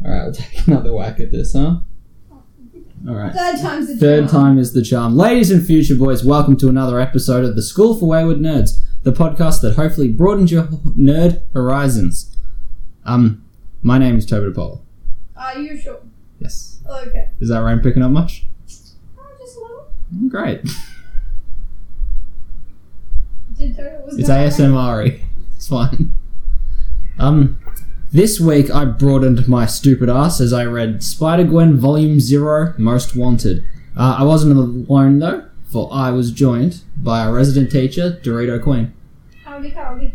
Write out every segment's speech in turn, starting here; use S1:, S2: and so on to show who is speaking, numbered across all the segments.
S1: we'll take another whack at this, huh? All right.
S2: Third time's the
S1: Third
S2: charm.
S1: time is the charm. Ladies and future boys, welcome to another episode of The School for Wayward Nerds, the podcast that hopefully broadens your nerd horizons. Um, my name is Toby DePaul.
S2: Are you sure?
S1: Yes.
S2: Okay.
S1: Is that rhyme picking up much?
S2: Oh, just a little.
S1: Great.
S2: Did Toto was
S1: It's
S2: that right?
S1: ASMR. E. It's fine. Um, this week I broadened my stupid ass as I read Spider Gwen Volume Zero: Most Wanted. Uh, I wasn't alone though, for I was joined by our resident teacher, Dorito Queen.
S2: Howdy, howdy.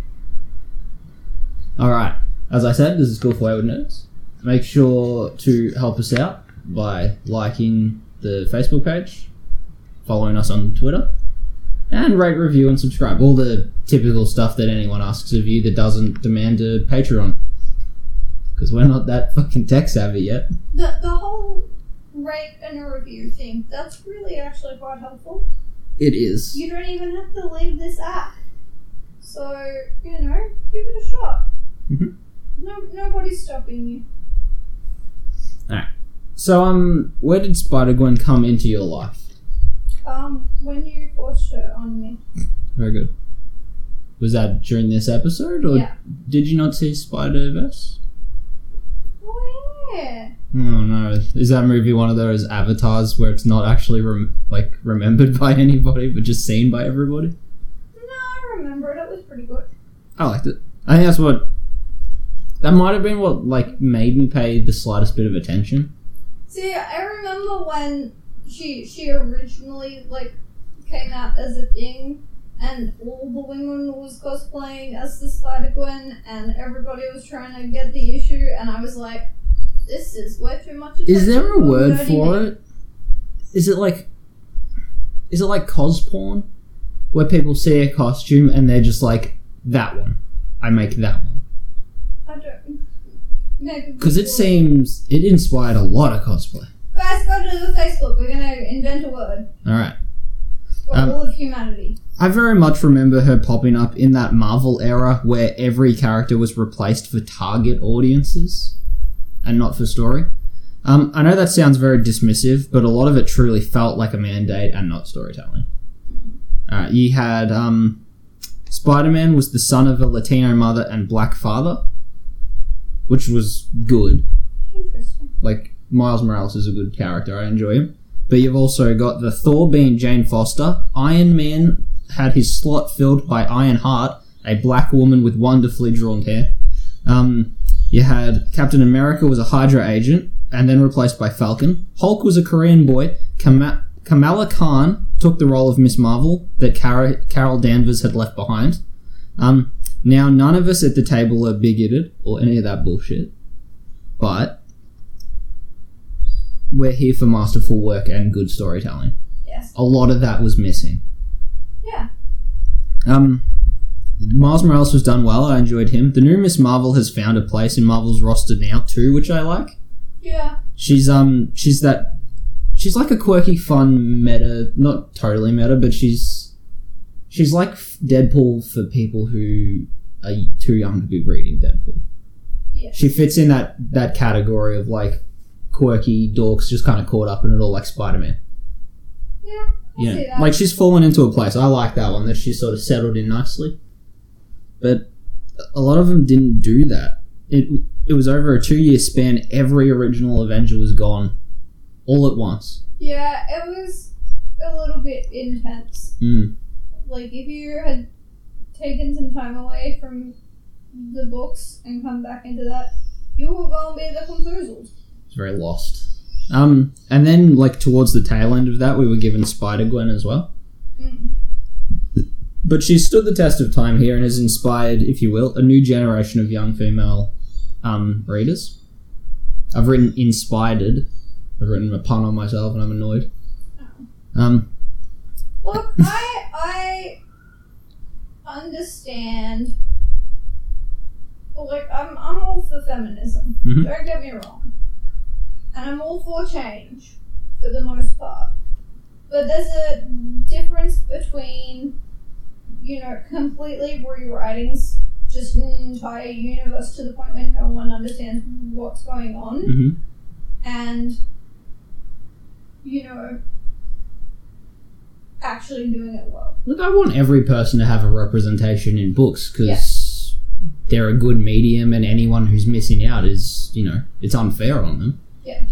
S1: All right, as I said, this is School for Wayward Nerds. Make sure to help us out by liking the Facebook page, following us on Twitter, and rate, review, and subscribe. All the typical stuff that anyone asks of you that doesn't demand a Patreon. Because we're not that fucking tech savvy yet.
S2: The the whole rate and a review thing. That's really actually quite helpful.
S1: It is.
S2: You don't even have to leave this app. So you know, give it a shot.
S1: Mhm.
S2: No, nobody's stopping you.
S1: So, um, where did Spider Gwen come into your life?
S2: Um, when you forced her on me.
S1: Very good. Was that during this episode, or
S2: Yeah.
S1: did you not see Spider Verse?
S2: Oh yeah.
S1: Oh no! Is that movie one of those avatars where it's not actually rem- like remembered by anybody, but just seen by everybody?
S2: No, I remember it. It was pretty good.
S1: I liked it. I think that's what that might have been what like made me pay the slightest bit of attention.
S2: See, I remember when she she originally like came out as a thing, and all the women was cosplaying as the Spider Gwen, and everybody was trying to get the issue, and I was like, "This is way too much." Attention
S1: Is there a word for
S2: nerdy me."
S1: it? Is it like is it like cos porn, where people see a costume and they're just like that one? I make that one
S2: I don't. Maybe
S1: because it
S2: people-
S1: seems it inspired a lot of cosplay.
S2: Guys, go to the Facebook. We're gonna invent a word
S1: All right.
S2: for
S1: Um,
S2: all of humanity.
S1: I very much remember her popping up in that Marvel era where every character was replaced for target audiences and not for story. Um, I know that sounds very dismissive, but a lot of it truly felt like a mandate and not storytelling. Alright, you had um, Spider Man was the son of a Latino mother and black father, which was good
S2: Interesting.
S1: like Miles Morales is a good character. I enjoy him. But you've also got the Thor being Jane Foster. Iron Man had his slot filled by Iron Heart, a black woman with wonderfully drawn hair. Um, you had Captain America was a Hydra agent and then replaced by Falcon. Hulk was a Korean boy. Kama- Kamala Khan took the role of Miss Marvel that Cara- Carol Danvers had left behind. Um, now, none of us at the table are bigoted or any of that bullshit, but we're here for masterful work and good storytelling.
S2: Yes.
S1: A lot of that was missing.
S2: Yeah.
S1: Um, Miles Morales was done well. I enjoyed him. The new Miss Marvel has found a place in Marvel's roster now too, which I like.
S2: Yeah.
S1: She's um, she's that, she's like a quirky, fun meta. Not totally meta, but she's, she's like Deadpool for people who are too young to be reading Deadpool.
S2: Yeah.
S1: She fits in that that category of like quirky dorks just kind of caught up in it all, like Spider Man.
S2: Yeah. I
S1: you
S2: see
S1: know,
S2: that.
S1: like she's fallen into a place. I like that one that she sort of settled in nicely. But a lot of them didn't do that. It it was over a two year span. Every original Avenger was gone, all at once.
S2: yeah, it was a little bit intense.
S1: Mm.
S2: like if you had taken some time away from the books and come back into that, you were gonna be the confused.
S1: It's very lost. Um, and then like towards the tail end of that, we were given Spider Gwen as well.
S2: Mm.
S1: But she's stood the test of time here and has inspired, if you will, a new generation of young female um, readers. I've written inspired. I've written a pun on myself and I'm annoyed. Um,
S2: Look, I I understand. Like I'm I'm all for feminism.
S1: Mhm.
S2: Don't get me wrong, and I'm all for change for the most part. But there's a difference between, you know, completely rewriting s- just an entire universe to the point where no one understands what's going on.
S1: hmm
S2: and you know actually doing it well.
S1: Look, I want every person to have a representation in books because they're a good medium, and anyone who's missing out is, you know, it's unfair on them.
S2: Yeah.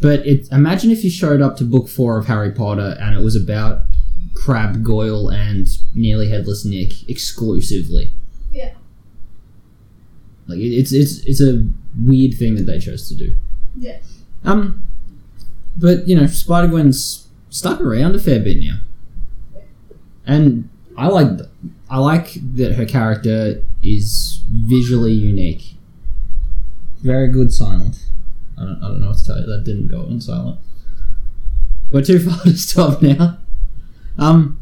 S1: But it, imagine if you showed up to book four of Harry Potter and it was about Crab Goyle and Nearly Headless Nick exclusively.
S2: Yeah.
S1: Like it, it's it's it's a weird thing that they chose to do.
S2: Yeah.
S1: Um, but you know, Spider Gwen's stuck around a fair bit now, and I like th- I like that her character is visually unique. Very good silent. I don't, I don't know what to tell you. That didn't go on silent. We're too far to stop now. Um,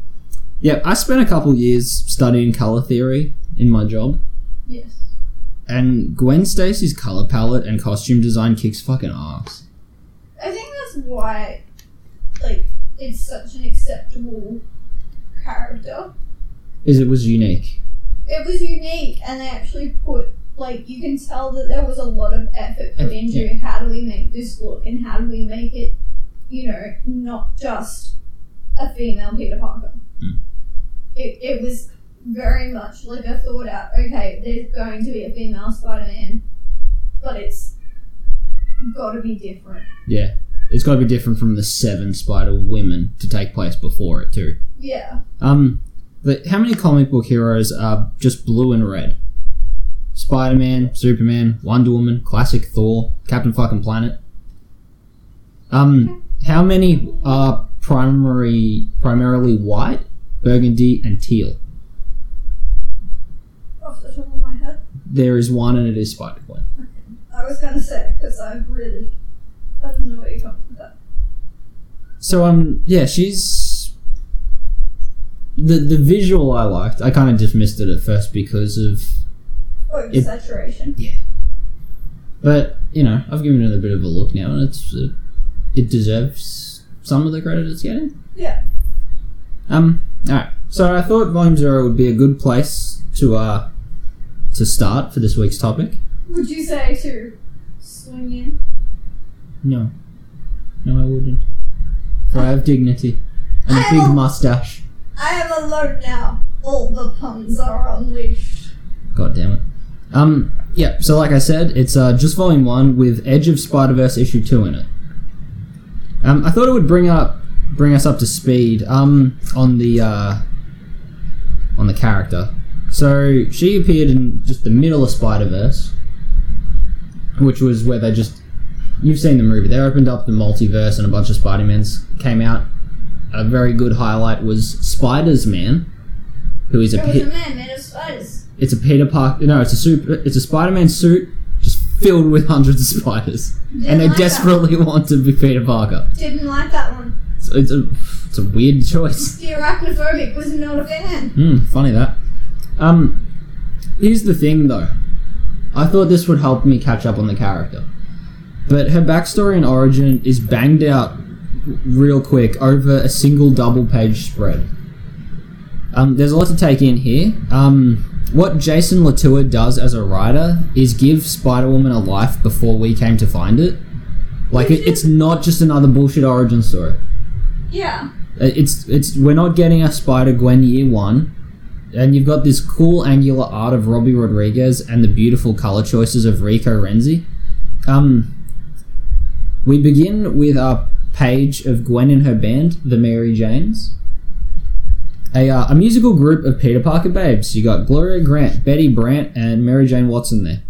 S1: yeah, I spent a couple years studying color theory in my job,
S2: Yes.
S1: and Gwen Stacy's color palette and costume design kicks fucking ass.
S2: I think that's why like it's such an acceptable character.
S1: Is it was unique.
S2: It was unique and they actually put like you can tell that there was a lot of effort put
S1: Effort,
S2: into how do we make this look and how do we make it, you know, not just a female Peter Parker.
S1: Mm.
S2: It, it was very much like a thought out, okay, there's going to be a female Spider Man, but it's got to be different.
S1: Yeah. It's got to be different from the seven Spider Women to take place before it, too.
S2: Yeah.
S1: Um, but how many comic book heroes are just blue and red? Spider Man, Superman, Wonder Woman, classic Thor, Captain fucking Planet. Um, how many are primary, primarily white, burgundy, and teal?
S2: Off the top of my head,
S1: There is one, and it is Spider Gwen.
S2: I was going to say, because I really. I don't know where you come up with that.
S1: So um yeah, she's the the visual I liked. I kind of dismissed it at first because of
S2: Oh,
S1: It-
S2: saturation.
S1: but you know, I've given it a bit of a look now and it's uh, it deserves some of the credit it's getting.
S2: Yeah.
S1: Um all right. So I thought volume 0 would be a good place to uh to start for this week's topic.
S2: Would you say to swing in?
S1: No. No, I wouldn't. For I have dignity and a
S2: I
S1: big
S2: will-
S1: mustache.
S2: I am alone now. All the puns are unleashed.
S1: God damn it. Um, yeah, so like I said, it's uh, just volume one with Edge of Spider Verse issue two in it. Um, I thought it would bring up bring us up to speed um, on the uh, on the character. So she appeared in just the middle of Spider Verse, which was where they just you've seen the movie. They opened up the multiverse and a bunch of Spider Mans came out. A very good highlight was Spider's Man, who is a
S2: There was
S1: pit-
S2: a man made of spiders.
S1: it's a Peter Park. No, it's a super. It's a Spider-Man suit just filled with hundreds of spiders,
S2: Didn't
S1: and they
S2: like
S1: desperately want to be Peter Parker.
S2: That. Didn't like that one.
S1: So it's a it's a weird choice.
S2: The arachnophobic was not a fan.
S1: Hmm, funny that. Um, here's the thing though. I thought this would help me catch up on the character, but her backstory and origin is banged out r- real quick over a single double-page spread. Um, there's a lot to take in here. Um, what Jason Latour does as a writer is give Spider Woman a life before we came to find it. Like it, it's not just another bullshit origin story.
S2: Yeah.
S1: Uh, it's it's we're not getting a Spider Gwen year one, and you've got this cool angular art of Robbie Rodriguez and the beautiful color choices of Rico Renzi. Um, we begin with our page of Gwen and her band, the Mary Janes. A, uh, a musical group of Peter Parker babes. You got Gloria Grant, Betty Brant, and Mary Jane Watson there.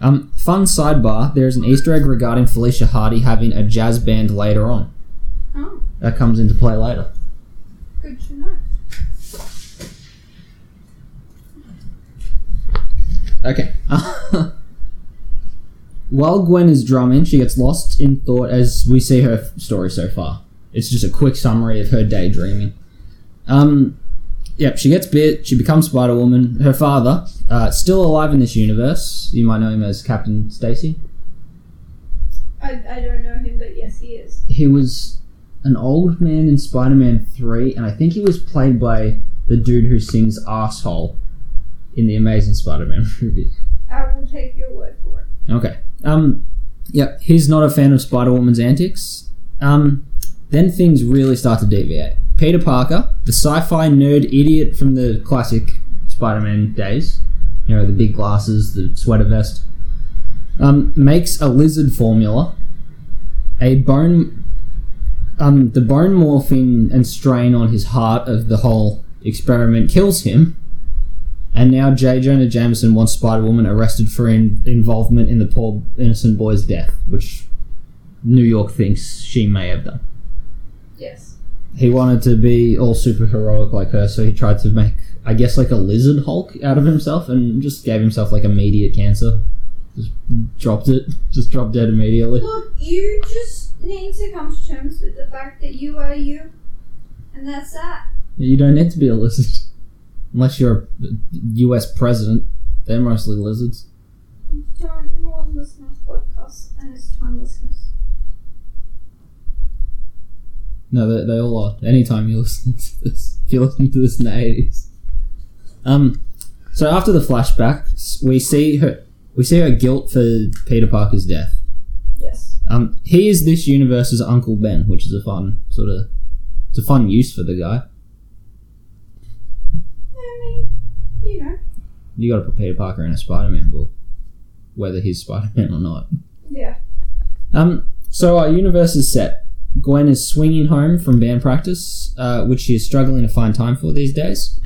S1: Um, fun sidebar: there is an Easter egg regarding Felicia Hardy having a jazz band later on.
S2: Oh,
S1: That comes into play later.
S2: good to know.
S1: Okay. While Gwen is drumming, she gets lost in thought as we see her f- story so far. It's just a quick summary of her daydreaming. Um, yep, she gets bit. She becomes Spider Woman. Her father, uh, still alive in this universe, you might know him as Captain Stacy.
S2: I, I don't know him, but yes, he is.
S1: He was an old man in Spider Man 3, and I think he was played by the dude who sings Asshole in the Amazing Spider-Man movie.
S2: I will take your word for it.
S1: Okay. Um, yep, he's not a fan of Spider Woman's antics. Um, then things really start to deviate. Peter Parker, the sci fi nerd idiot from the classic Spider Man days, you know, the big glasses, the sweater vest, um, makes a lizard formula, a bone. Um, the bone morphine and strain on his heart of the whole experiment kills him. And now J. Jonah Jameson wants Spider Woman arrested for in- involvement in the poor innocent boy's death, which New York thinks she may have done.
S2: Yes.
S1: He wanted to be all super heroic like her, so he tried to make, I guess, like a lizard Hulk out of himself and just gave himself like immediate cancer. Just dropped it. Just dropped dead immediately.
S2: Look, you just need to come to terms with the fact that you are you, and that's that.
S1: You don't need to be a lizard. Unless you're a US president, they're mostly lizards.
S2: Don't ruin this man's podcast and its timelessness.
S1: No, they, they all are. Anytime you listen to this, if you listen to this in the 80s. Um, so after the flashback, s- we see her, we see her guilt for Peter Parker's death.
S2: Yes.
S1: Um, he is this universe's Uncle Ben, which is a fun sort of, it's a fun use for the guy.
S2: I mean, you know.
S1: You got to put Peter Parker in a Spider-Man book, whether he's Spider-Man or not.
S2: Yeah.
S1: Um, so our universe is set. Gwen is swinging home from band practice, uh, which she is struggling to find time for these days,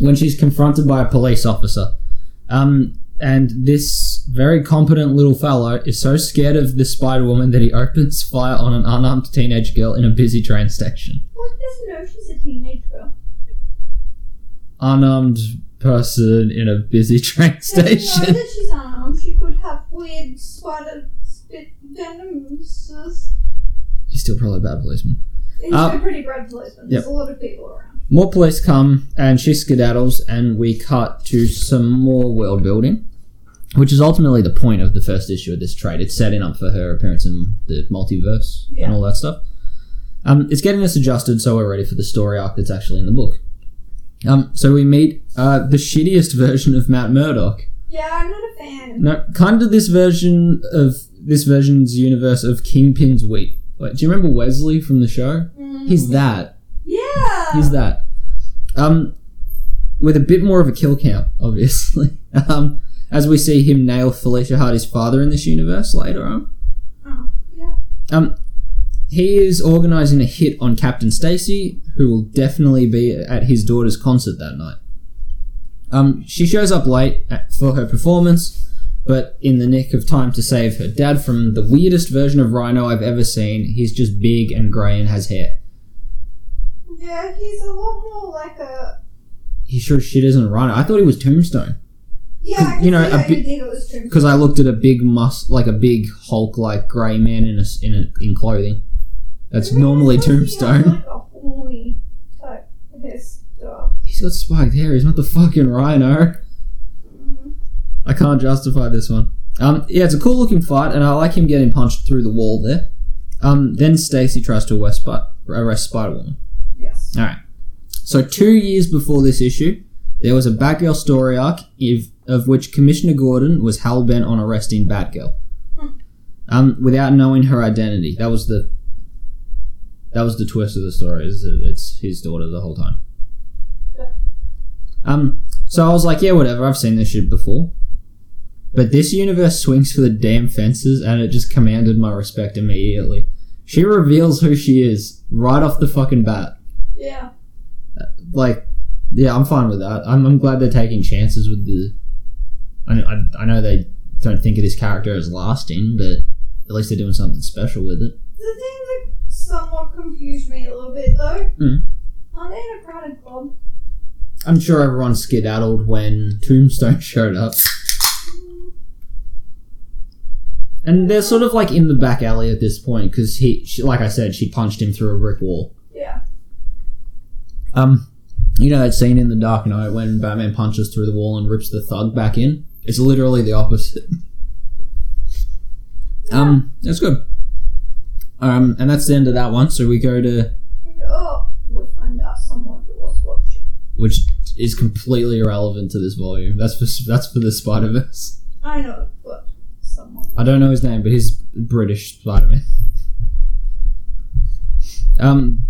S1: when she's confronted by a police officer. Um, and this very competent little fellow is so scared of the Spider Woman that he opens fire on an unarmed teenage girl in a busy train station.
S2: Well, he doesn't know she's a teenage girl.
S1: Unarmed person in a busy train
S2: She doesn't know
S1: station.
S2: that she's unarmed. She could have weird spider spit venoms.
S1: He's still probably a bad policeman.
S2: He's
S1: Uh,
S2: a pretty bad policeman. There's a lot of people around.
S1: More police come and she skedaddles, and we cut to some more world building, which is ultimately the point of the first issue of this trade. It's setting up for her appearance in the multiverse
S2: Yeah.
S1: and all that stuff. Um, it's getting us adjusted so we're ready for the story arc that's actually in the book. Um, so we meet uh, the shittiest version of Matt Murdock.
S2: Yeah, I'm not a fan.
S1: Now, kind of this version of this version's universe of Kingpin's wheat. Wait, do you remember Wesley from the show?
S2: Mm.
S1: He's that.
S2: Yeah.
S1: He's that. Um, with a bit more of a kill count, obviously. Um, as we see him nail Felicia Hardy's father in this universe later on. Um,
S2: Oh, yeah.
S1: He is organising a hit on Captain Stacy, who will definitely be at his daughter's concert that night. Um, she shows up late at, for her performance, but in the nick of time to save her dad from the weirdest version of Rhino I've ever seen. He's just big and grey and has hair.
S2: Yeah, he's a lot more like a.
S1: He sure shit isn't Rhino. I thought he was Tombstone.
S2: Yeah,
S1: You
S2: I can see
S1: know, a
S2: how you
S1: bit-
S2: think it was trimmed.
S1: because I looked at a big mus like a big Hulk like grey man in a, s- in a, in clothing. That's
S2: Everyone
S1: normally
S2: else seems
S1: Tombstone.
S2: Like a horny type hairstyle.
S1: He's got spiked hair. He's not the fucking Rhino.
S2: Mm.
S1: I can't justify this one. Um, yeah, it's a cool looking fight, and I like him getting punched through the wall there. Um, then Stacy tries to arrest, Spi- arrest Spider Woman.
S2: Yes.
S1: So two years before this issue, there was a Batgirl story arc if, of which Commissioner Gordon was hell bent on arresting Batgirl,
S2: Hmm.
S1: um, without knowing her identity. That was the that was the twist of the story. Is that it's his daughter the whole time.
S2: Yeah.
S1: Um. So I was like, yeah, whatever. I've seen this shit before. But this universe swings for the damn fences, and it just commanded my respect immediately. She reveals who she is right off the fucking bat
S2: Yeah.
S1: like, yeah, I'm fine with that. I'm, I'm glad they're taking chances with the. I, I, I know they don't think of this character as lasting, but at least they're doing something special with it.
S2: The thing that somewhat confused me a little bit though.
S1: Mm.
S2: Are they in a crowded club?
S1: I'm sure everyone skedaddled when Tombstone showed up.
S2: Mm.
S1: And they're sort of like in the back alley at this point because he, she, like I said, she punched him through a brick wall.
S2: Yeah.
S1: Um, you know that scene in The Dark Knight when Batman punches through the wall and rips the thug back in? It's literally the opposite. Um, that's good. Um, and that's the end of that one. So we go to
S2: And, oh, we find out someone who was watching.
S1: which is completely irrelevant to this volume. That's for that's for the Spider Verse.
S2: I know, but someone.
S1: I don't know his name, but he's British Spider Man. Um,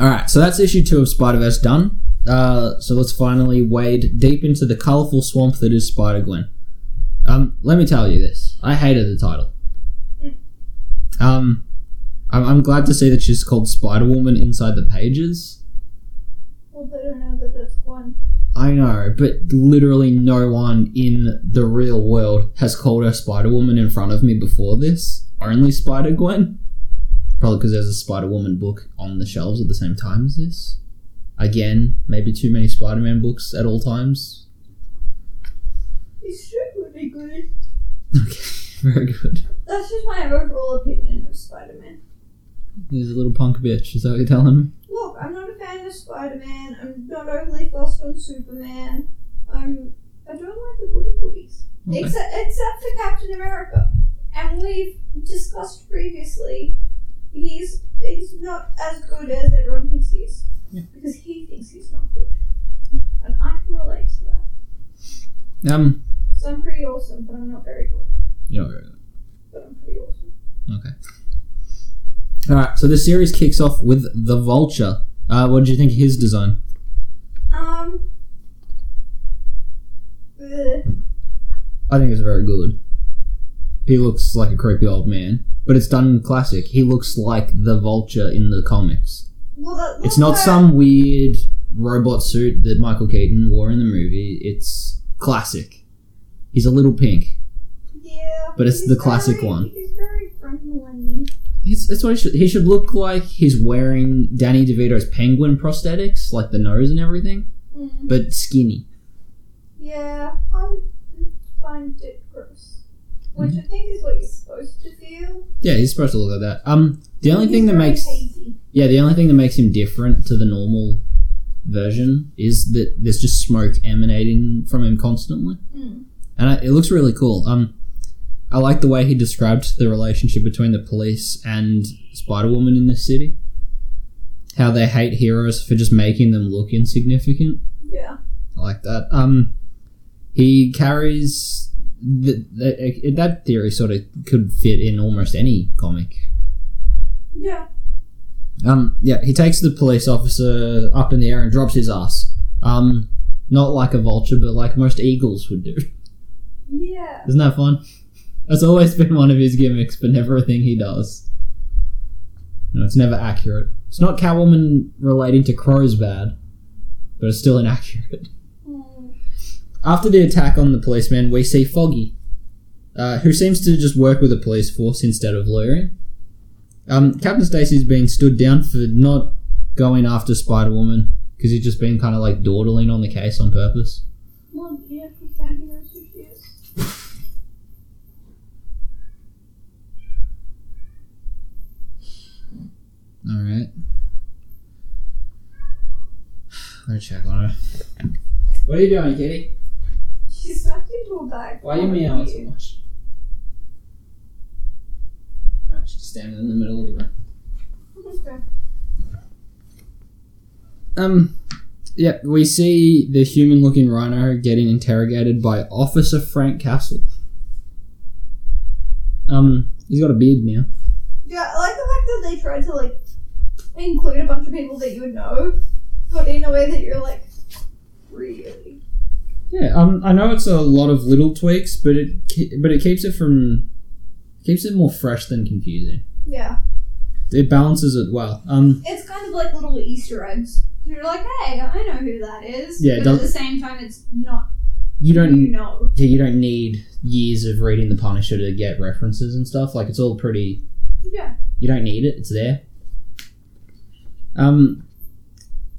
S1: all right, so that's issue two of Spider Verse done. Uh, so let's finally wade deep into the colorful swamp that is Spider Gwen. Um, let me tell you this: I hated the title. Um, I'm, I'm glad to see that she's called Spider Woman inside the pages.
S2: Well, they don't know that it's Gwen.
S1: I know, but literally no one in the real world has called her Spider Woman in front of me before this. Only Spider Gwen. Probably because there's a Spider Woman book on the shelves at the same time as this. Again, maybe too many Spider Man books at all times.
S2: This shit would be good.
S1: Okay, very good.
S2: That's just my overall opinion of Spider-Man.
S1: There's a little punk bitch, is that what you're telling me?
S2: Look, I'm not a fan of Spider-Man. I'm not overly fussed on Superman. I'm. I don't like the goody goodies,
S1: Okay.
S2: except except for Captain America. And we've discussed previously, he's he's not as good as everyone thinks he is
S1: Yeah.
S2: because he thinks he's not good, and I can relate to that.
S1: Um,
S2: So I'm pretty awesome, but I'm not very good.
S1: you know,
S2: But I'm pretty awesome.
S1: Alright, so the series kicks off with The Vulture. Uh, what did you think of his design?
S2: Um. ugh.
S1: I think it's very good. He looks like a creepy old man, but it's done classic. He looks like the Vulture in the comics.
S2: Well, that,
S1: It's
S2: that's
S1: not
S2: why-
S1: some weird robot suit that Michael Keaton wore in the movie. It's classic. He's a little pink.
S2: Yeah.
S1: but it's
S2: he's
S1: the classic
S2: very-
S1: one.
S2: He's very friendly.
S1: It's, that's what he should. He should look like he's wearing Danny DeVito's penguin prosthetics, like the nose and everything,
S2: Mm.
S1: but skinny.
S2: Yeah, I find it gross. Which I think is what you're supposed to feel.
S1: Yeah, he's supposed to look like that. Um, the only
S2: He's
S1: thing that
S2: very
S1: makes
S2: hazy.
S1: Yeah, the only thing that makes him different to the normal version is that there's just smoke emanating from him constantly,
S2: Mm.
S1: and I, it looks really cool. Um, I like the way he described the relationship between the police and Spider Woman in this city. How they hate heroes for just making them look insignificant.
S2: Yeah.
S1: I like that. Um, he carries the, the, that theory sort of could fit in almost any comic.
S2: Yeah.
S1: Um, yeah, he takes the police officer up in the air and drops his ass. Um, not like a vulture, but like most eagles would do.
S2: Yeah.
S1: Isn't that fun? That's always been one of his gimmicks, but never a thing he does. No, it's never accurate. It's not Catwoman relating to crows bad, but it's still inaccurate.
S2: Mm.
S1: After the attack on the policeman, we see Foggy, uh, who seems to just work with the police force instead of lawyering. Um, Captain Stacy's been stood down for not going after Spider Woman because he's just been kind of like dawdling on the case on purpose.
S2: Well, yeah, because Daddy knows who she is.
S1: All right. Let me check on her. What are you doing, Kitty?
S2: She's smacked into a bag.
S1: Why are you
S2: Fuck
S1: meowing so
S2: you.
S1: much? Alright, she's just standing in the middle of the room.
S2: Okay.
S1: Um, yeah, we see the human-looking rhino getting interrogated by Officer Frank Castle. Um, he's got a beard now.
S2: Yeah, I like the fact that they tried to, like, include a bunch of people that you would know, but in a way that you're like, really?
S1: Yeah, um, I know it's a lot of little tweaks, but it ke- but it keeps it from keeps it more fresh than confusing.
S2: Yeah,
S1: It balances it well. Um,
S2: it's kind of like little Easter eggs. You're like, hey, I know who that is.
S1: Yeah, it
S2: but
S1: does-
S2: at the same time, it's not.
S1: you
S2: you
S1: don't
S2: know.
S1: yeah, you don't need years of reading The Punisher to get references and stuff. Like it's all pretty
S2: Yeah,
S1: You don't need it, it's there. Um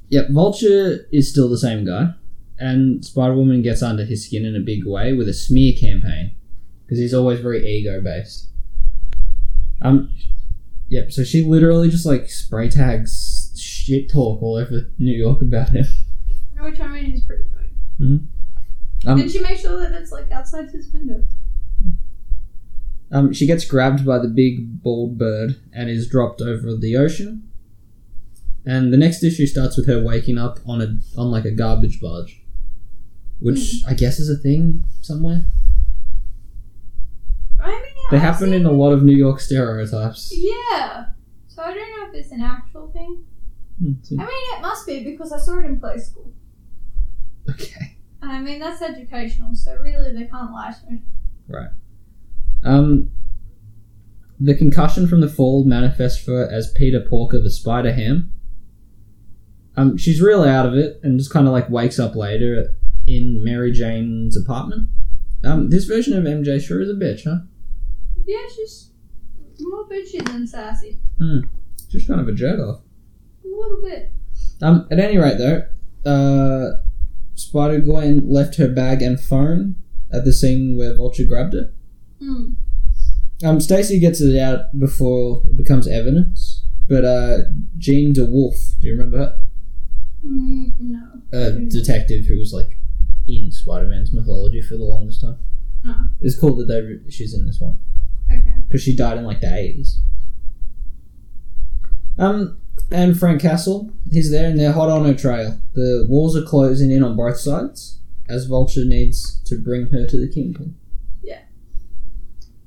S1: Yeah, Vulture is still the same guy. And Spider Woman gets under his skin in a big way with a smear campaign. Because he's always very ego based. Um Yep, so she literally just like spray tags shit talk all over New York about him.
S2: which I mean is pretty funny.
S1: Um,
S2: and she makes sure that it's like outside his window.
S1: Um, she gets grabbed by the big bald bird and is dropped over the ocean. And the next issue starts with her waking up on a on like a garbage barge. which I guess is a thing somewhere.
S2: I mean,
S1: They
S2: I've
S1: happen in
S2: seen-
S1: a lot of New York stereotypes.
S2: Yeah. So I don't know if it's an actual thing.
S1: Hmm,
S2: I mean, it must be because I saw it in play school.
S1: Okay.
S2: And I mean, that's educational, so really they can't lie to me.
S1: Um, the concussion from the fall manifests for her as Peter Porker the Spider Ham. Um, she's really out of it and just kind of like wakes up later in Mary Jane's apartment. Um, this version of MJ sure is a bitch, huh?
S2: Yeah, she's more bitchy than sassy.
S1: Just kind of a jerk off.
S2: A little bit.
S1: Um, at any rate, though, uh, Spider Gwen left her bag and phone at the scene where Vulture grabbed it.
S2: Hmm.
S1: Um, Stacy gets it out before it becomes evidence, but uh, Jean DeWolf, do you remember her?
S2: Mm, no.
S1: A detective who was like in Spider Man's mythology for the longest time.
S2: Uh-uh.
S1: It's cool that they re- she's in this one
S2: Okay.
S1: because she died in like the eighties. Um, and Frank Castle, he's there, and they're hot on her trail. The walls are closing in on both sides as Vulture needs to bring her to the Kingpin.
S2: Yeah.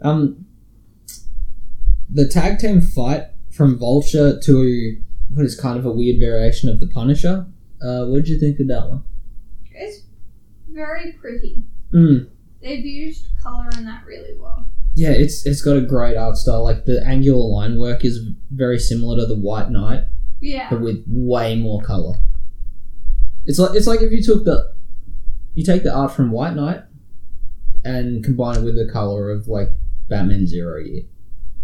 S1: Um, the tag team fight from Vulture to what is kind of a weird variation of the Punisher. Uh, what did you think of that one?
S2: It's very pretty.
S1: Mm,
S2: They've used colour in that really well.
S1: Yeah, it's it's got a great art style. Like the angular line work is very similar to the White Knight,
S2: Yeah.
S1: but with way more color. It's like it's like if you took the you take the art from White Knight and combine it with the color of like Batman Zero Year.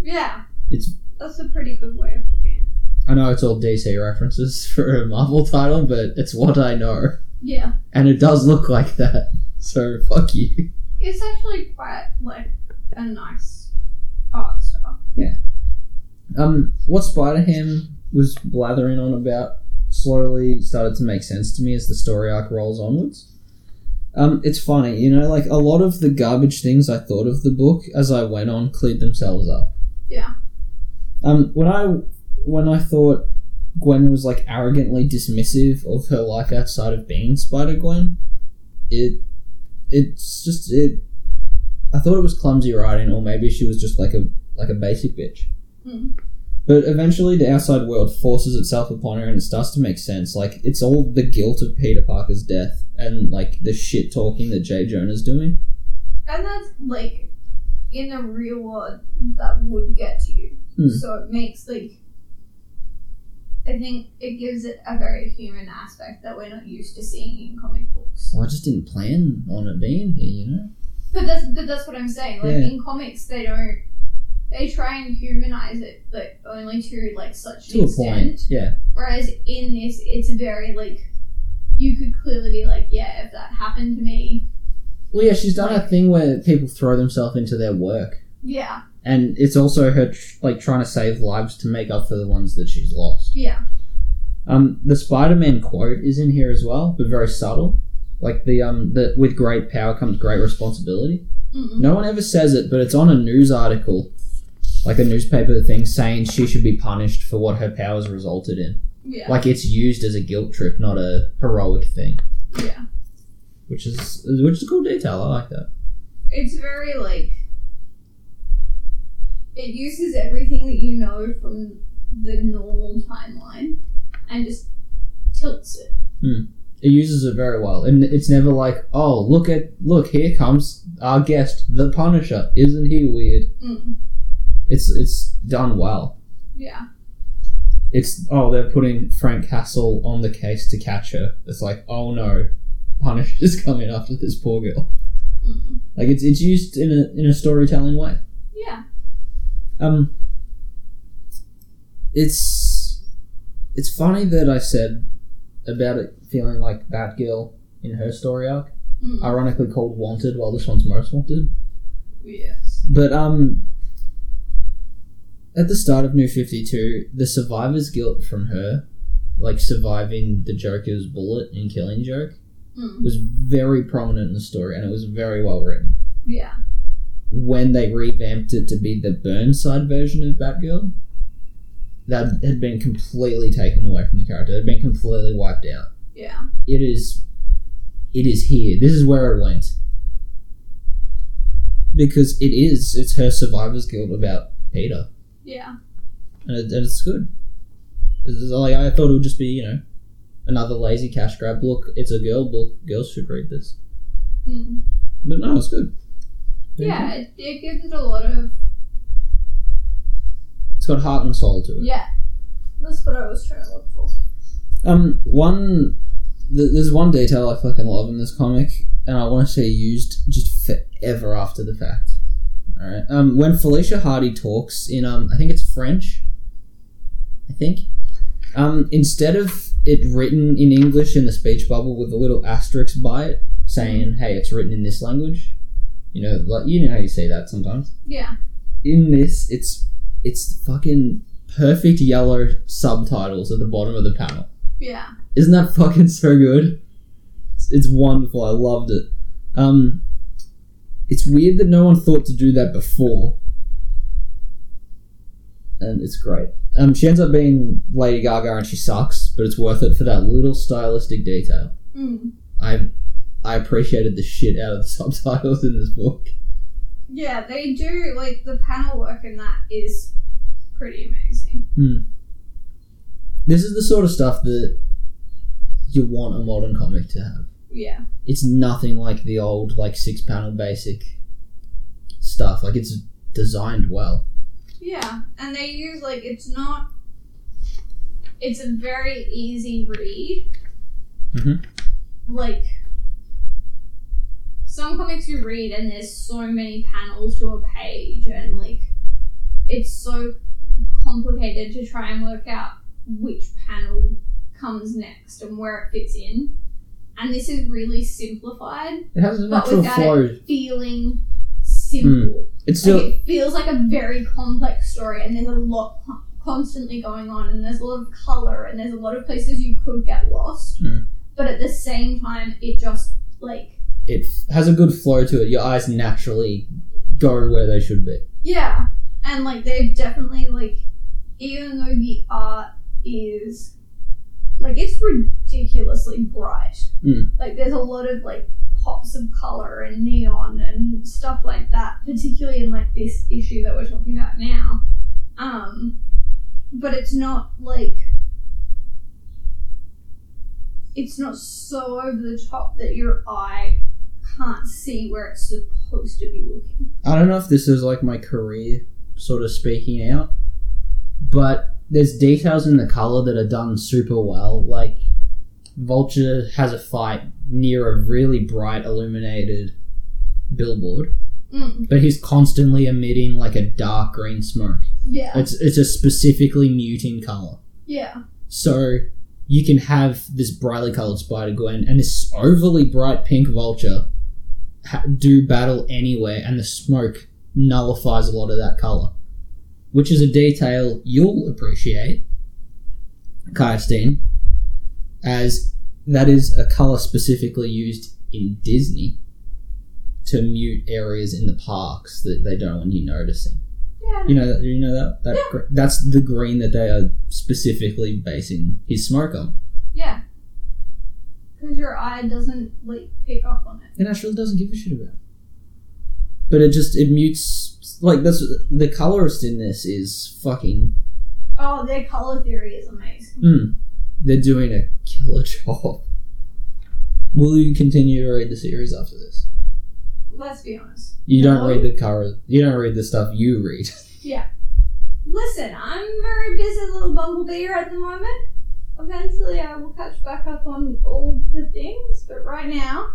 S2: Yeah.
S1: It's-
S2: That's a pretty good way of putting it.
S1: I know it's all DC references for a Marvel title, but it's what I know,
S2: Yeah.
S1: and it does look like that. So fuck you.
S2: It's actually quite like a nice art style.
S1: Um, what Spider Ham was blathering on about slowly started to make sense to me as the story arc rolls onwards. Um, it's funny, you know, like a lot of the garbage things I thought of the book as I went on cleared themselves up.
S2: Yeah.
S1: Um, when I when I thought Gwen was like arrogantly dismissive of her life outside of being Spider Gwen, it it's just it. I thought it was clumsy writing, or maybe she was just like a like a basic bitch.
S2: Mm.
S1: But eventually, the outside world forces itself upon her, and it starts to make sense. Like it's all the guilt of Peter Parker's death, and like the shit talking that Jay Jonah's doing.
S2: And that's like in the real world that would get to you.
S1: Hmm.
S2: So it makes like I think it gives it a very human aspect that we're not used to seeing in comic books.
S1: Well, I just didn't plan on it being here, you know.
S2: But that's but that's what I'm saying. Like
S1: Yeah.
S2: in comics, they don't. They try and humanize it, but only to like such
S1: To
S2: an
S1: a
S2: extent.
S1: point, yeah.
S2: Whereas in this, it's very like you could clearly be like, yeah, if that happened to me,
S1: Well, yeah, she's done a thing where people throw themselves into their work,
S2: yeah,
S1: and it's also her tr- like trying to save lives to make up for the ones that she's lost.
S2: yeah,
S1: Um, the Spider-Man quote is in here as well, but very subtle. Like the um, the with great power comes great responsibility.
S2: mm
S1: No one ever says it, but it's on a news article, like a newspaper thing, saying she should be punished for what her powers resulted in.
S2: yeah,
S1: Like it's used as a guilt trip, not a heroic thing,
S2: yeah.
S1: which is which is a cool detail. I like that.
S2: It's very like it uses everything that you know from the normal timeline and just tilts it.
S1: It uses it very well, and it's never like, oh, look at look here comes our guest, the Punisher. Isn't he weird?
S2: Mm.
S1: It's it's done well.
S2: Yeah,
S1: It's oh, they're putting Frank Castle on the case to catch her. It's like, oh no, Punisher's coming after this poor girl.
S2: mm.
S1: Like it's it's used in a in a storytelling way.
S2: yeah,
S1: Um, it's it's funny that I said about it feeling like Batgirl in her story arc,
S2: mm.
S1: ironically called Wanted, while this one's Most Wanted.
S2: yes,
S1: But um, at the start of New Fifty Two, the survivor's guilt from her, like surviving the Joker's bullet and killing joke,
S2: mm.
S1: was very prominent in the story, and it was very well written.
S2: yeah,
S1: when they revamped it to be the Burnside version of Batgirl, that had been completely taken away from the character. It had been completely wiped out.
S2: yeah.
S1: It is it is here. This is where it went. Because it is. It's her Survivors Guild about Peter.
S2: Yeah.
S1: And, it, and it's good. It's it's like, I thought it would just be, you know, another lazy cash grab. Look, it's a girl book. Girls should read this.
S2: Mm.
S1: But no, it's good.
S2: Yeah, it, it gives it a lot of.
S1: It's got heart and soul to it.
S2: Yeah. That's what I was trying to look for.
S1: Um, one th- there's one detail I fucking love in this comic, and I want to see used just forever after the fact. All right. Um, when Felicia Hardy talks in um, I think it's French. I think. Um, instead of it written in English in the speech bubble with a little asterisk by it saying, "Hey, it's written in this language," you know, like you know how you say that sometimes
S2: Yeah.
S1: in this, it's it's the fucking perfect yellow subtitles at the bottom of the panel.
S2: Yeah.
S1: Isn't that fucking so good? It's, it's wonderful. I loved it. Um, it's weird that no one thought to do that before, and it's great. Um, she ends up being Lady Gaga, and she sucks, but it's worth it for that little stylistic detail.
S2: Mm.
S1: I I appreciated the shit out of the subtitles in this book.
S2: Yeah, they do, like, the panel work in that is pretty amazing.
S1: This is the sort of stuff that you want a modern comic to have.
S2: Yeah.
S1: It's nothing like the old like six panel basic stuff. Like it's designed well.
S2: Yeah. And they use, like, it's not. It's a very easy read.
S1: Mhm.
S2: Like, some comics you read, and there's so many panels to a page, and, like, it's so complicated to try and work out which panel comes next and where it fits in. And this is really simplified,
S1: It has a
S2: But
S1: natural
S2: without
S1: flow.
S2: feeling simple.
S1: It's
S2: Like,
S1: still
S2: it feels like a very complex story, and there's a lot co- constantly going on, and there's a lot of color, and there's a lot of places you could get lost.
S1: Mm.
S2: But at the same time, it just like
S1: it f- has a good flow to it. Your eyes naturally go where they should be.
S2: yeah, and like they've definitely like even though the art is like it's ridiculously bright,
S1: Mm.
S2: like there's a lot of like pops of color and neon and stuff like that, particularly in like this issue that we're talking about now. Um, but it's not like it's not so over the top that your eye can't see where it's supposed to be looking.
S1: I don't know if this is like my career sort of speaking out, but there's details in the color that are done super well. Like Vulture has a fight near a really bright illuminated billboard,
S2: Mm,
S1: but he's constantly emitting like a dark green smoke.
S2: yeah,
S1: It's it's a specifically muting color.
S2: yeah,
S1: So you can have this brightly colored Spider Gwen and this overly bright pink vulture ha- do battle anywhere, and the smoke nullifies a lot of that color, which is a detail you'll appreciate, Kyrstein, as that is a color specifically used in Disney to mute areas in the parks that they don't want you noticing.
S2: yeah.
S1: You know, you know that that
S2: Yeah.
S1: gr- that's the green that they are specifically basing his smoke on.
S2: Yeah. Because your eye doesn't like pick up on it.
S1: It actually doesn't give a shit about. it. But it just it mutes like that's the colorist in this is fucking.
S2: Oh, their color theory is amazing.
S1: Mm, they're doing a killer job. Will you continue to read the series after this?
S2: Let's be honest.
S1: You
S2: No.
S1: don't read the color. You don't read the stuff you read.
S2: Listen, I'm a very busy little bumblebee at the moment. Eventually, I will catch back up on all the things, but right now,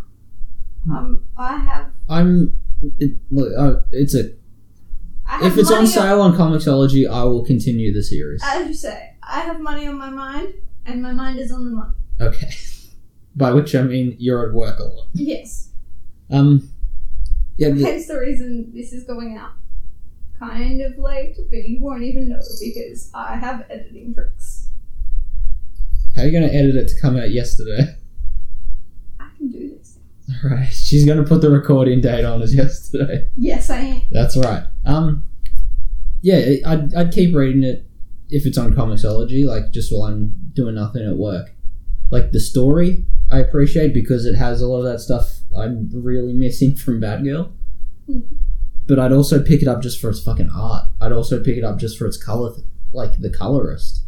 S2: um, I have.
S1: I'm. It, look, uh, it's a.
S2: I have
S1: If it's on
S2: money
S1: sale on Comixology, I will continue the series.
S2: as you say, I have money on my mind, and my mind is on the money.
S1: Okay. By which I mean you're at work a lot.
S2: Yes.
S1: Um. Yeah. the-
S2: Hence the reason this is going out kind of late, but you won't even know because I have editing tricks.
S1: How are you going to edit it to come out yesterday?
S2: I can do this.
S1: All right. She's going to put the recording date on as yesterday.
S2: Yes, I am.
S1: That's right. Um. Yeah, it- I'd, I'd keep reading it if it's on Comixology, like just while I'm doing nothing at work. Like the story, I appreciate because it has a lot of that stuff I'm really missing from Batgirl.
S2: Hmm.
S1: But I'd also pick it up just for its fucking art. I'd also pick it up just for its color, like the colorist.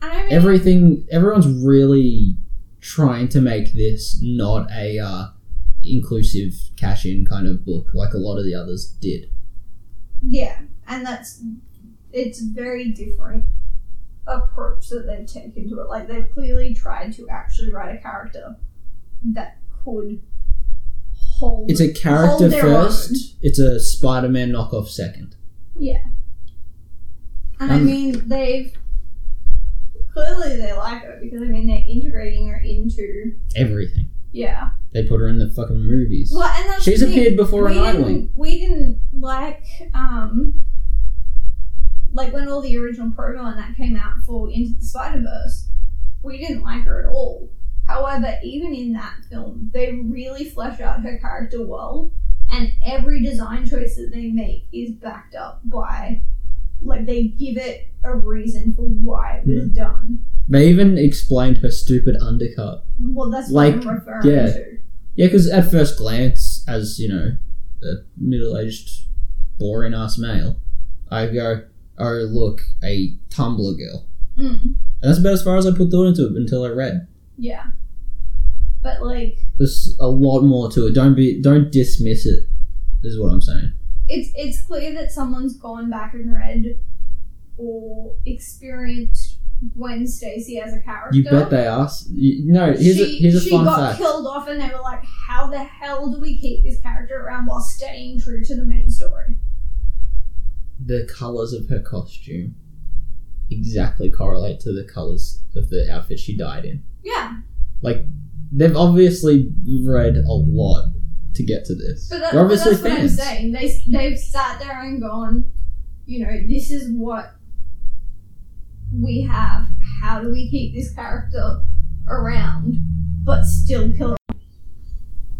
S2: I mean,
S1: Everything, everyone's really trying to make this not a uh, inclusive cash-in kind of book, like a lot of the others did.
S2: yeah, and that's it's very different approach that they've taken to it. Like they've clearly tried to actually write a character that could hold.
S1: It's a character
S2: Hold their
S1: first.
S2: own.
S1: It's a Spider-Man knockoff second.
S2: And I
S1: Um,
S2: mean, they've clearly they like it because I mean they're integrating her into
S1: Everything
S2: yeah.
S1: they put her in the fucking movies.
S2: Well, and that's
S1: She's
S2: the thing.
S1: appeared before
S2: we
S1: in Nightwing.
S2: didn't, we didn't like um like when all the original programming that came out for Into the Spider Verse, we didn't like her at all. However, even in that film, they really flesh out her character well, and every design choice that they make is backed up by like they give it a reason for why it
S1: Hmm.
S2: was done.
S1: They even explained her stupid undercut.
S2: Well, that's
S1: Like,
S2: what I'm referring
S1: yeah.
S2: to.
S1: Yeah, because at first glance, as you know, a middle-aged, boring ass male, I go, "Oh, look, a Tumblr girl,"
S2: Mm,
S1: and that's about as far as I put thought into it until I read.
S2: yeah, but like.
S1: There's a lot more to it. Don't be, don't dismiss it. Is what I'm saying.
S2: it's it's clear that someone's gone back and read or experienced Gwen Stacy as a character.
S1: You bet they asked. You, no, here's
S2: she
S1: a here's a
S2: she
S1: fun
S2: got
S1: fact.
S2: killed off, and they were like, "How the hell do we keep this character around while staying true to the main story?"
S1: The colors of her costume exactly correlate to the colors of the outfit she died in.
S2: Yeah,
S1: They've obviously read a lot to get to this.
S2: but, that,
S1: They're
S2: but that's
S1: obviously
S2: what I'm
S1: fans.
S2: saying. They they've sat there and gone, you know, this is what we have. How do we keep this character around, but still kill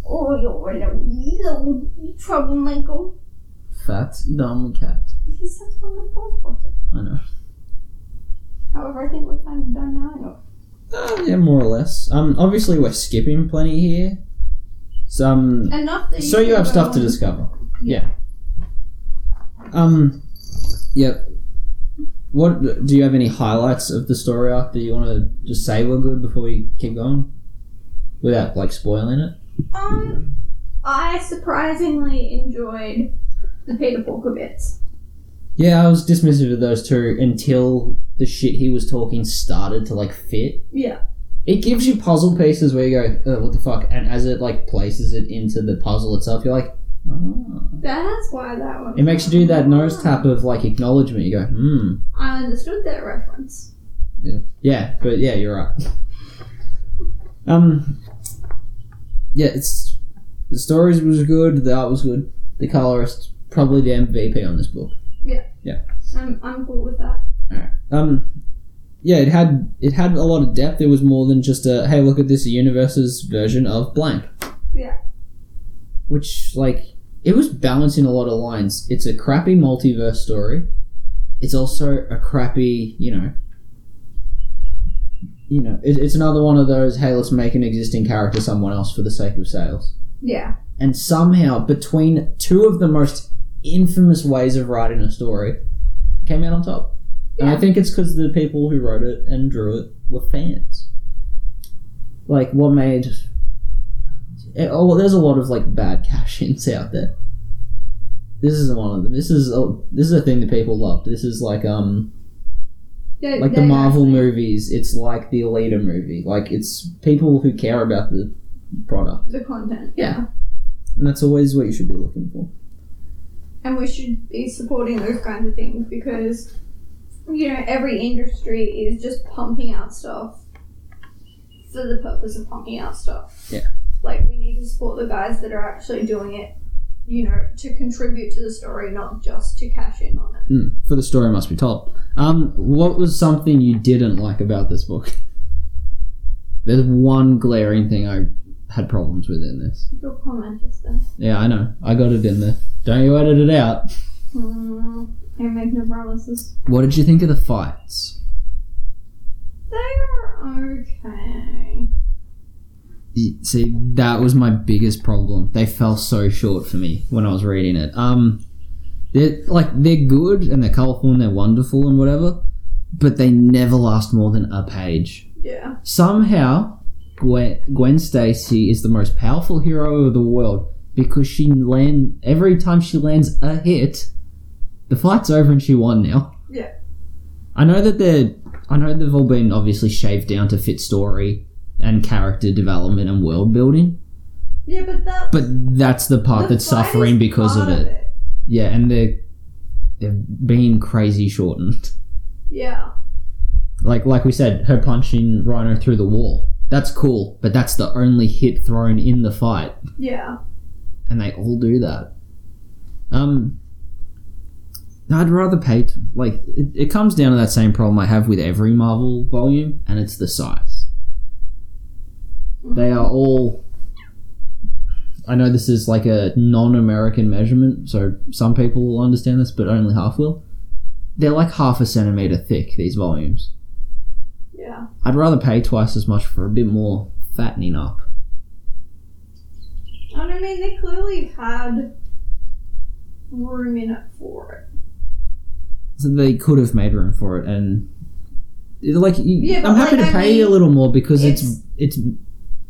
S2: Oh, you're a little troublemaker.
S1: Fat, dumb cat.
S2: He says one of the balls wanted.
S1: I know.
S2: However, I think we're kind of done now. anyway.
S1: Uh, yeah, more or less. Um, obviously we're skipping plenty here. So, um,
S2: Enough that
S1: so you have
S2: can
S1: stuff
S2: go
S1: to
S2: on.
S1: discover. Yeah. Um, yep. What do you have any highlights of the story arc that you want to just say were good before we keep going, without like spoiling it?
S2: Um, I surprisingly enjoyed the Peter Porker bits.
S1: Yeah, I was dismissive of those two until the shit he was talking started to like fit.
S2: Yeah.
S1: it gives you puzzle pieces where you go, oh, what the fuck? And as it like places it into the puzzle itself, you're like, oh.
S2: That's why that one.
S1: It makes you do that nose tap of like acknowledgement. You go, hmm.
S2: I understood that reference.
S1: Yeah, but yeah, you're right. Um, yeah, it's the stories was good, the art was good, the colorist probably the MVP on this book.
S2: I'm, I'm cool with that.
S1: Um, yeah, it had it had a lot of depth. It was more than just a hey, look at this universe's version of blank.
S2: Yeah.
S1: Which like it was balancing a lot of lines. It's a crappy multiverse story. It's also a crappy, you know. You know, it, it's another one of those. Hey, let's make an existing character someone else for the sake of sales
S2: Yeah.
S1: and somehow between two of the most infamous ways of writing a story came out on top and i
S2: Yeah.
S1: think it's because the people who wrote it and drew it were fans like what made eh, oh there's a lot of like bad cash ins out there this isn't one of them this is a, this is a thing that people loved this is like um
S2: They-
S1: like the
S2: they
S1: Marvel
S2: actually-
S1: movies, it's like the Alita movie. Like it's people who care about the product,
S2: The content.
S1: Yeah. and that's always what you should be looking for.
S2: and we should be supporting those kinds of things because you know every industry is just pumping out stuff for the purpose of pumping out stuff
S1: Yeah.
S2: like we need to support the guys that are actually doing it you know to contribute to the story not just to cash in on it
S1: Mm, for the story must be told. Um, what was something you didn't like about this book? There's one glaring thing I had problems with in this.
S2: your comment just there
S1: Yeah, I know. I got it in there. Don't you edit it out.
S2: Hmm, I make no promises
S1: What did you think of the fights?
S2: they are okay
S1: y- see, that was my biggest problem. They fell so short for me when I was reading it. Um, they're like they're good and they're colorful and they're wonderful and whatever, but they never last more than a page.
S2: Yeah.
S1: Somehow, Gwen, Gwen Stacy is the most powerful hero of the world because she land every time she lands a hit, the fight's over and she won now.
S2: Yeah.
S1: I know that they're. I know they've all been obviously shaved down to fit story and character development and world building,
S2: Yeah, but that.
S1: but that's the part
S2: the
S1: that's
S2: fight is
S1: suffering because of
S2: part
S1: it. Yeah, and they're they're being crazy shortened.
S2: Yeah.
S1: like like we said, her punching Rhino through the wall. That's cool, but that's the only hit thrown in the fight,
S2: Yeah.
S1: and they all do that. Um, I'd rather pay. T- like it, it comes down to that same problem I have with every Marvel volume, and it's the size. They are all. I know this is like a non-American measurement, so some people will understand this, but only half will. They're like half a centimeter thick. These volumes.
S2: Yeah.
S1: I'd rather pay twice as much for a bit more fattening up.
S2: And I mean, they clearly had room in it for it.
S1: So they could have made room for it, and it- like you-
S2: Yeah, but,
S1: I'm happy
S2: like,
S1: to
S2: I
S1: pay
S2: mean,
S1: a little more because it's it's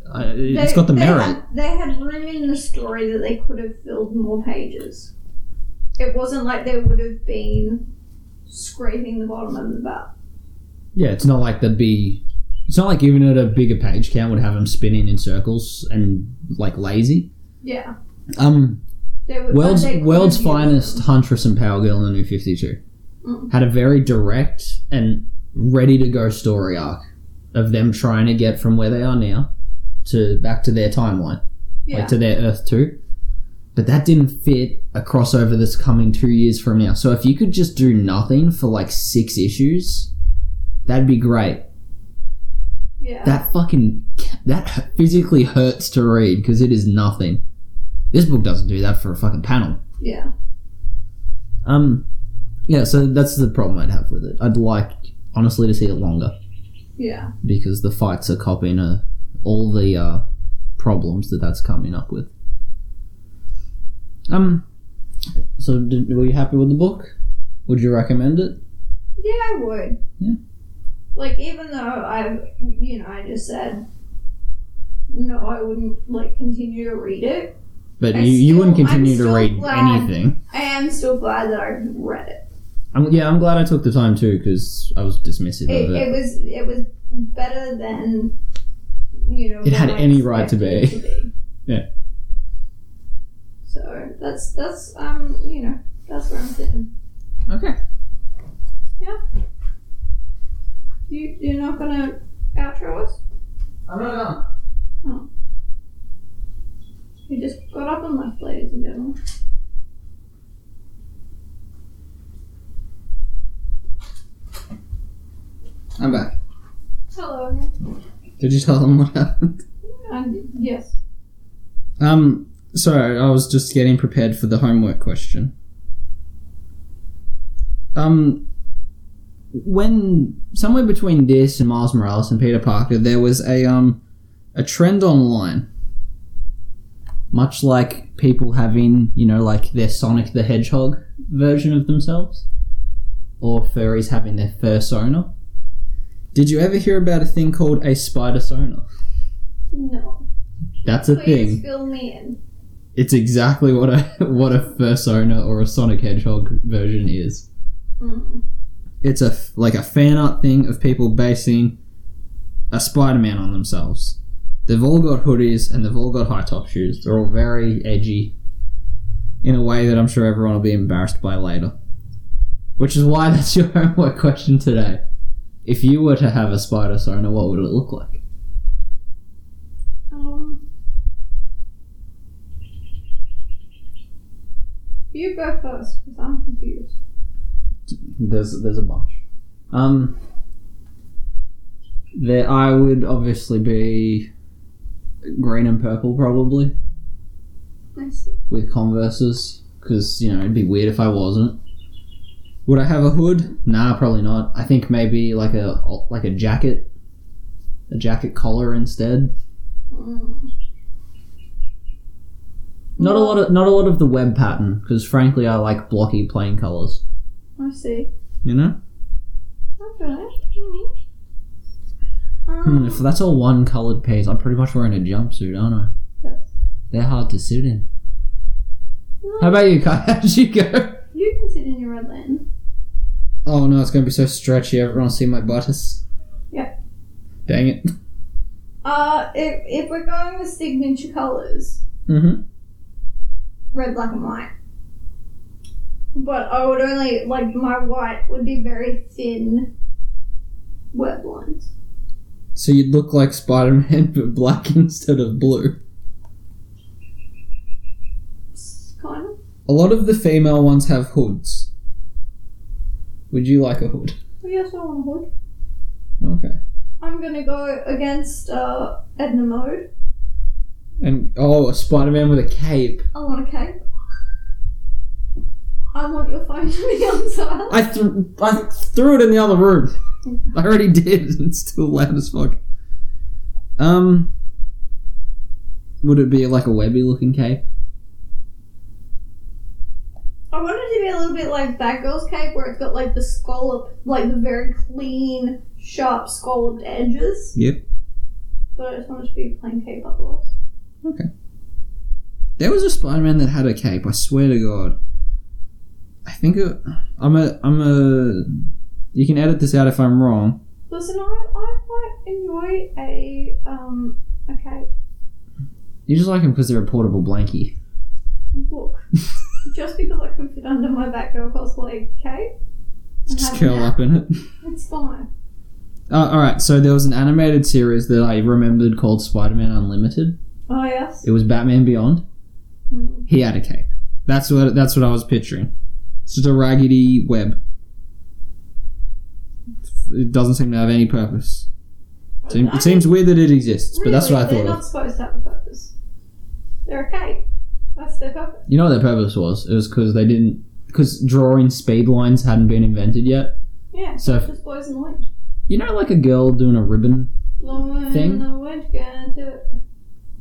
S1: uh, it's
S2: They-
S1: got the
S2: they
S1: merit.
S2: Had, they had room in the story that they could have filled more pages. It wasn't like they would have been scraping the bottom of the bat.
S1: yeah, it's not like there'd be. It's not like even at a bigger page count would have them spinning in circles and like lazy.
S2: Yeah.
S1: Um,
S2: They were, but
S1: World's
S2: they could
S1: World's
S2: have used
S1: finest
S2: them.
S1: Huntress and Power Girl in the New Fifty Two
S2: Mm.
S1: had a very direct and ready to go story arc of them trying to get from where they are now to back to their timeline,
S2: Yeah.
S1: like to their Earth Two. But that didn't fit a crossover that's coming two years from now. So if you could just do nothing for like six issues, that'd be great.
S2: yeah.
S1: That fucking that physically hurts to read because it is nothing. This book doesn't do that for a fucking panel.
S2: yeah.
S1: Um, yeah, so that's the problem I'd have with it. I'd like, honestly, to see it longer
S2: Yeah.
S1: because the fights are copying uh, all the uh, problems that that's coming up with. Um, so did, were you happy with the book? Would you recommend it?
S2: Yeah, I would.
S1: Yeah.
S2: Like, even though I, you know, I just said, no, I wouldn't, like, continue to read it,
S1: But
S2: I
S1: you, you wouldn't
S2: still- I'm
S1: continue to
S2: still
S1: read
S2: glad-
S1: anything.
S2: I am still glad that I read it.
S1: I'm, yeah, I'm glad I took the time too because I was dismissive
S2: It,
S1: of it.
S2: it was, it was better than, you know,
S1: It had
S2: what I
S1: any right to
S2: expected
S1: be.
S2: it to be.
S1: Yeah.
S2: So, that's, that's, um, you know, that's where I'm sitting.
S1: Okay.
S2: You, you're not gonna outro us?
S1: I'm not done.
S2: You just got up and left, ladies and gentlemen.
S1: I'm back.
S2: Hello again.
S1: Did you tell them what happened?
S2: And, yes.
S1: Um, so I was just getting prepared for the homework question. Um, when somewhere between this and Miles Morales and Peter Parker, there was a um a trend online, much like people having you know like their Sonic the Hedgehog version of themselves, or furries having their fursona. Did you ever hear about a thing called a spider sona?
S2: No.
S1: That's a thing.
S2: Please fill me in.
S1: it's exactly what a what a fursona or a Sonic Hedgehog version is.
S2: Mm.
S1: It's a f- like a fan art thing of people basing a Spider-Man on themselves. They've all got hoodies and they've all got high top shoes. They're all very edgy in a way that I'm sure everyone will be embarrassed by later. Which is why that's your homework question today. If you were to have a spider sona, what would it look like?
S2: Um. You go first, because I'm confused.
S1: There's there's a bunch. Um, there I would obviously be green and purple probably
S2: I see.
S1: with Converses because you know it'd be weird if I wasn't. Would I have a hood? Nah, probably not. I think maybe like a like a jacket, a jacket collar instead.
S2: Mm.
S1: Not a lot of not a lot of the web pattern because frankly I like blocky plain colors.
S2: I see.
S1: You know,
S2: Okay. Mhm.
S1: hmm,
S2: Um,
S1: if that's all one colored piece, I'm pretty much wearing a jumpsuit, aren't I?
S2: Yes.
S1: They're hard to sit in.
S2: no,
S1: How about you, Kai? How'd you go?
S2: you can sit in your red lane.
S1: Oh no, it's gonna be so stretchy. Everyone will see my buttus.
S2: Yeah.
S1: Dang it.
S2: Uh, if, if we're going with signature colors,
S1: Mm-hmm.
S2: red, black, and white. But I would only, like, my white would be very thin web lines.
S1: So you'd look like Spider-Man, but black instead of blue.
S2: It's Kind of.
S1: A lot of the female ones have hoods. Would you like a hood?
S2: Oh, yes, I want a hood.
S1: Okay.
S2: I'm gonna go against uh, Edna Mode.
S1: And oh, a Spider-Man with a cape.
S2: I want a cape. I want your phone to be on silent.
S1: I, th- I threw it in the other room. I already did. It's still loud as fuck. Um, would it be like a webby-looking cape?
S2: I want it to be a little bit like Batgirl's cape, where it's got like the scallop, like the very clean, sharp scalloped edges.
S1: Yep.
S2: But I just want it to be a plain cape otherwise.
S1: There was a Spider-Man that had a cape. I swear to God. I think it, I'm a I'm a. You can edit this out if I'm wrong.
S2: Listen, I, I quite enjoy a um a cape.
S1: You just like him because they're a portable blankie.
S2: Look, just because I can fit under my Batgirl cosplay cape, and
S1: Just
S2: have
S1: curl
S2: that,
S1: up in it.
S2: It's fine.
S1: Uh, all right, so there was an animated series that I remembered called Spider-Man Unlimited.
S2: Oh yes.
S1: It was Batman Beyond.
S2: Mm.
S1: He had a cape. That's what that's what I was picturing. It's just a raggedy web. It doesn't seem to have any purpose. Seem-
S2: I
S1: It seems weird that it exists, but that's what I
S2: Really, They're
S1: thought.
S2: not
S1: Of.
S2: supposed to have a purpose. They're okay. That's their purpose.
S1: You know what their purpose was? It was because they didn't because drawing speed lines hadn't been invented yet.
S2: Yeah.
S1: So if-
S2: just boys in the wind.
S1: You know, like a girl doing a ribbon.
S2: Blowing
S1: Thing?
S2: the wind, going to it.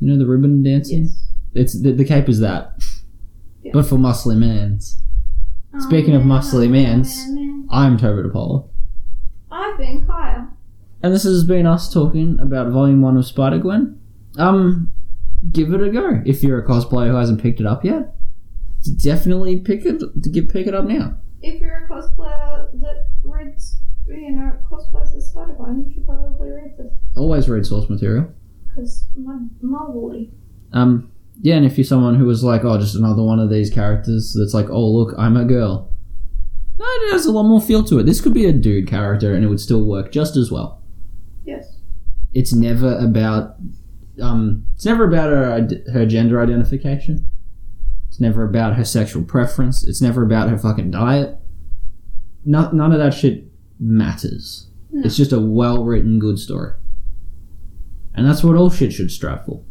S1: You know the ribbon dancing.
S2: Yes.
S1: It's the, the cape is that,
S2: Yeah.
S1: but for muscly mans. Speaking of
S2: Oh, man,
S1: muscly
S2: oh,
S1: mans-
S2: man, man.
S1: I'm Toby DePaulo.
S2: I've been Kyle.
S1: And this has been us talking about Volume 1 of Spider Gwen. Um, give it a go if you're a cosplayer who hasn't picked it up yet. Definitely pick it to get pick it up now.
S2: If you're a cosplayer that reads, you know, cosplays the Spider Gwen, you should probably read this
S1: Always read source material.
S2: because my my Wally.
S1: Um, yeah, and if you're someone who was like, oh, just another one of these characters that's like, oh, look, I'm a girl. No, it has a lot more feel to it. This could be a dude character and it would still work just as well.
S2: Yes.
S1: it's never about um, it's never about her id- her gender identification. It's never about her sexual preference. It's never about her fucking diet. Not, none of that shit matters.
S2: No.
S1: It's just a well written, good story. And that's what all shit should strive for.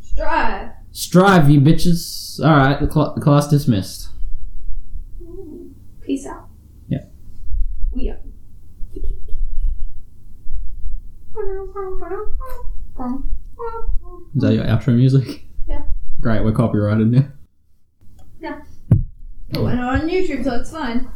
S2: Strive.
S1: Strive, you bitches. Alright, the, cl- the class dismissed.
S2: Peace out.
S1: Yeah.
S2: We are.
S1: Is that your outro music?
S2: Yeah.
S1: Great, we're copyrighted now.
S2: Oh, and on YouTube, so it's fine.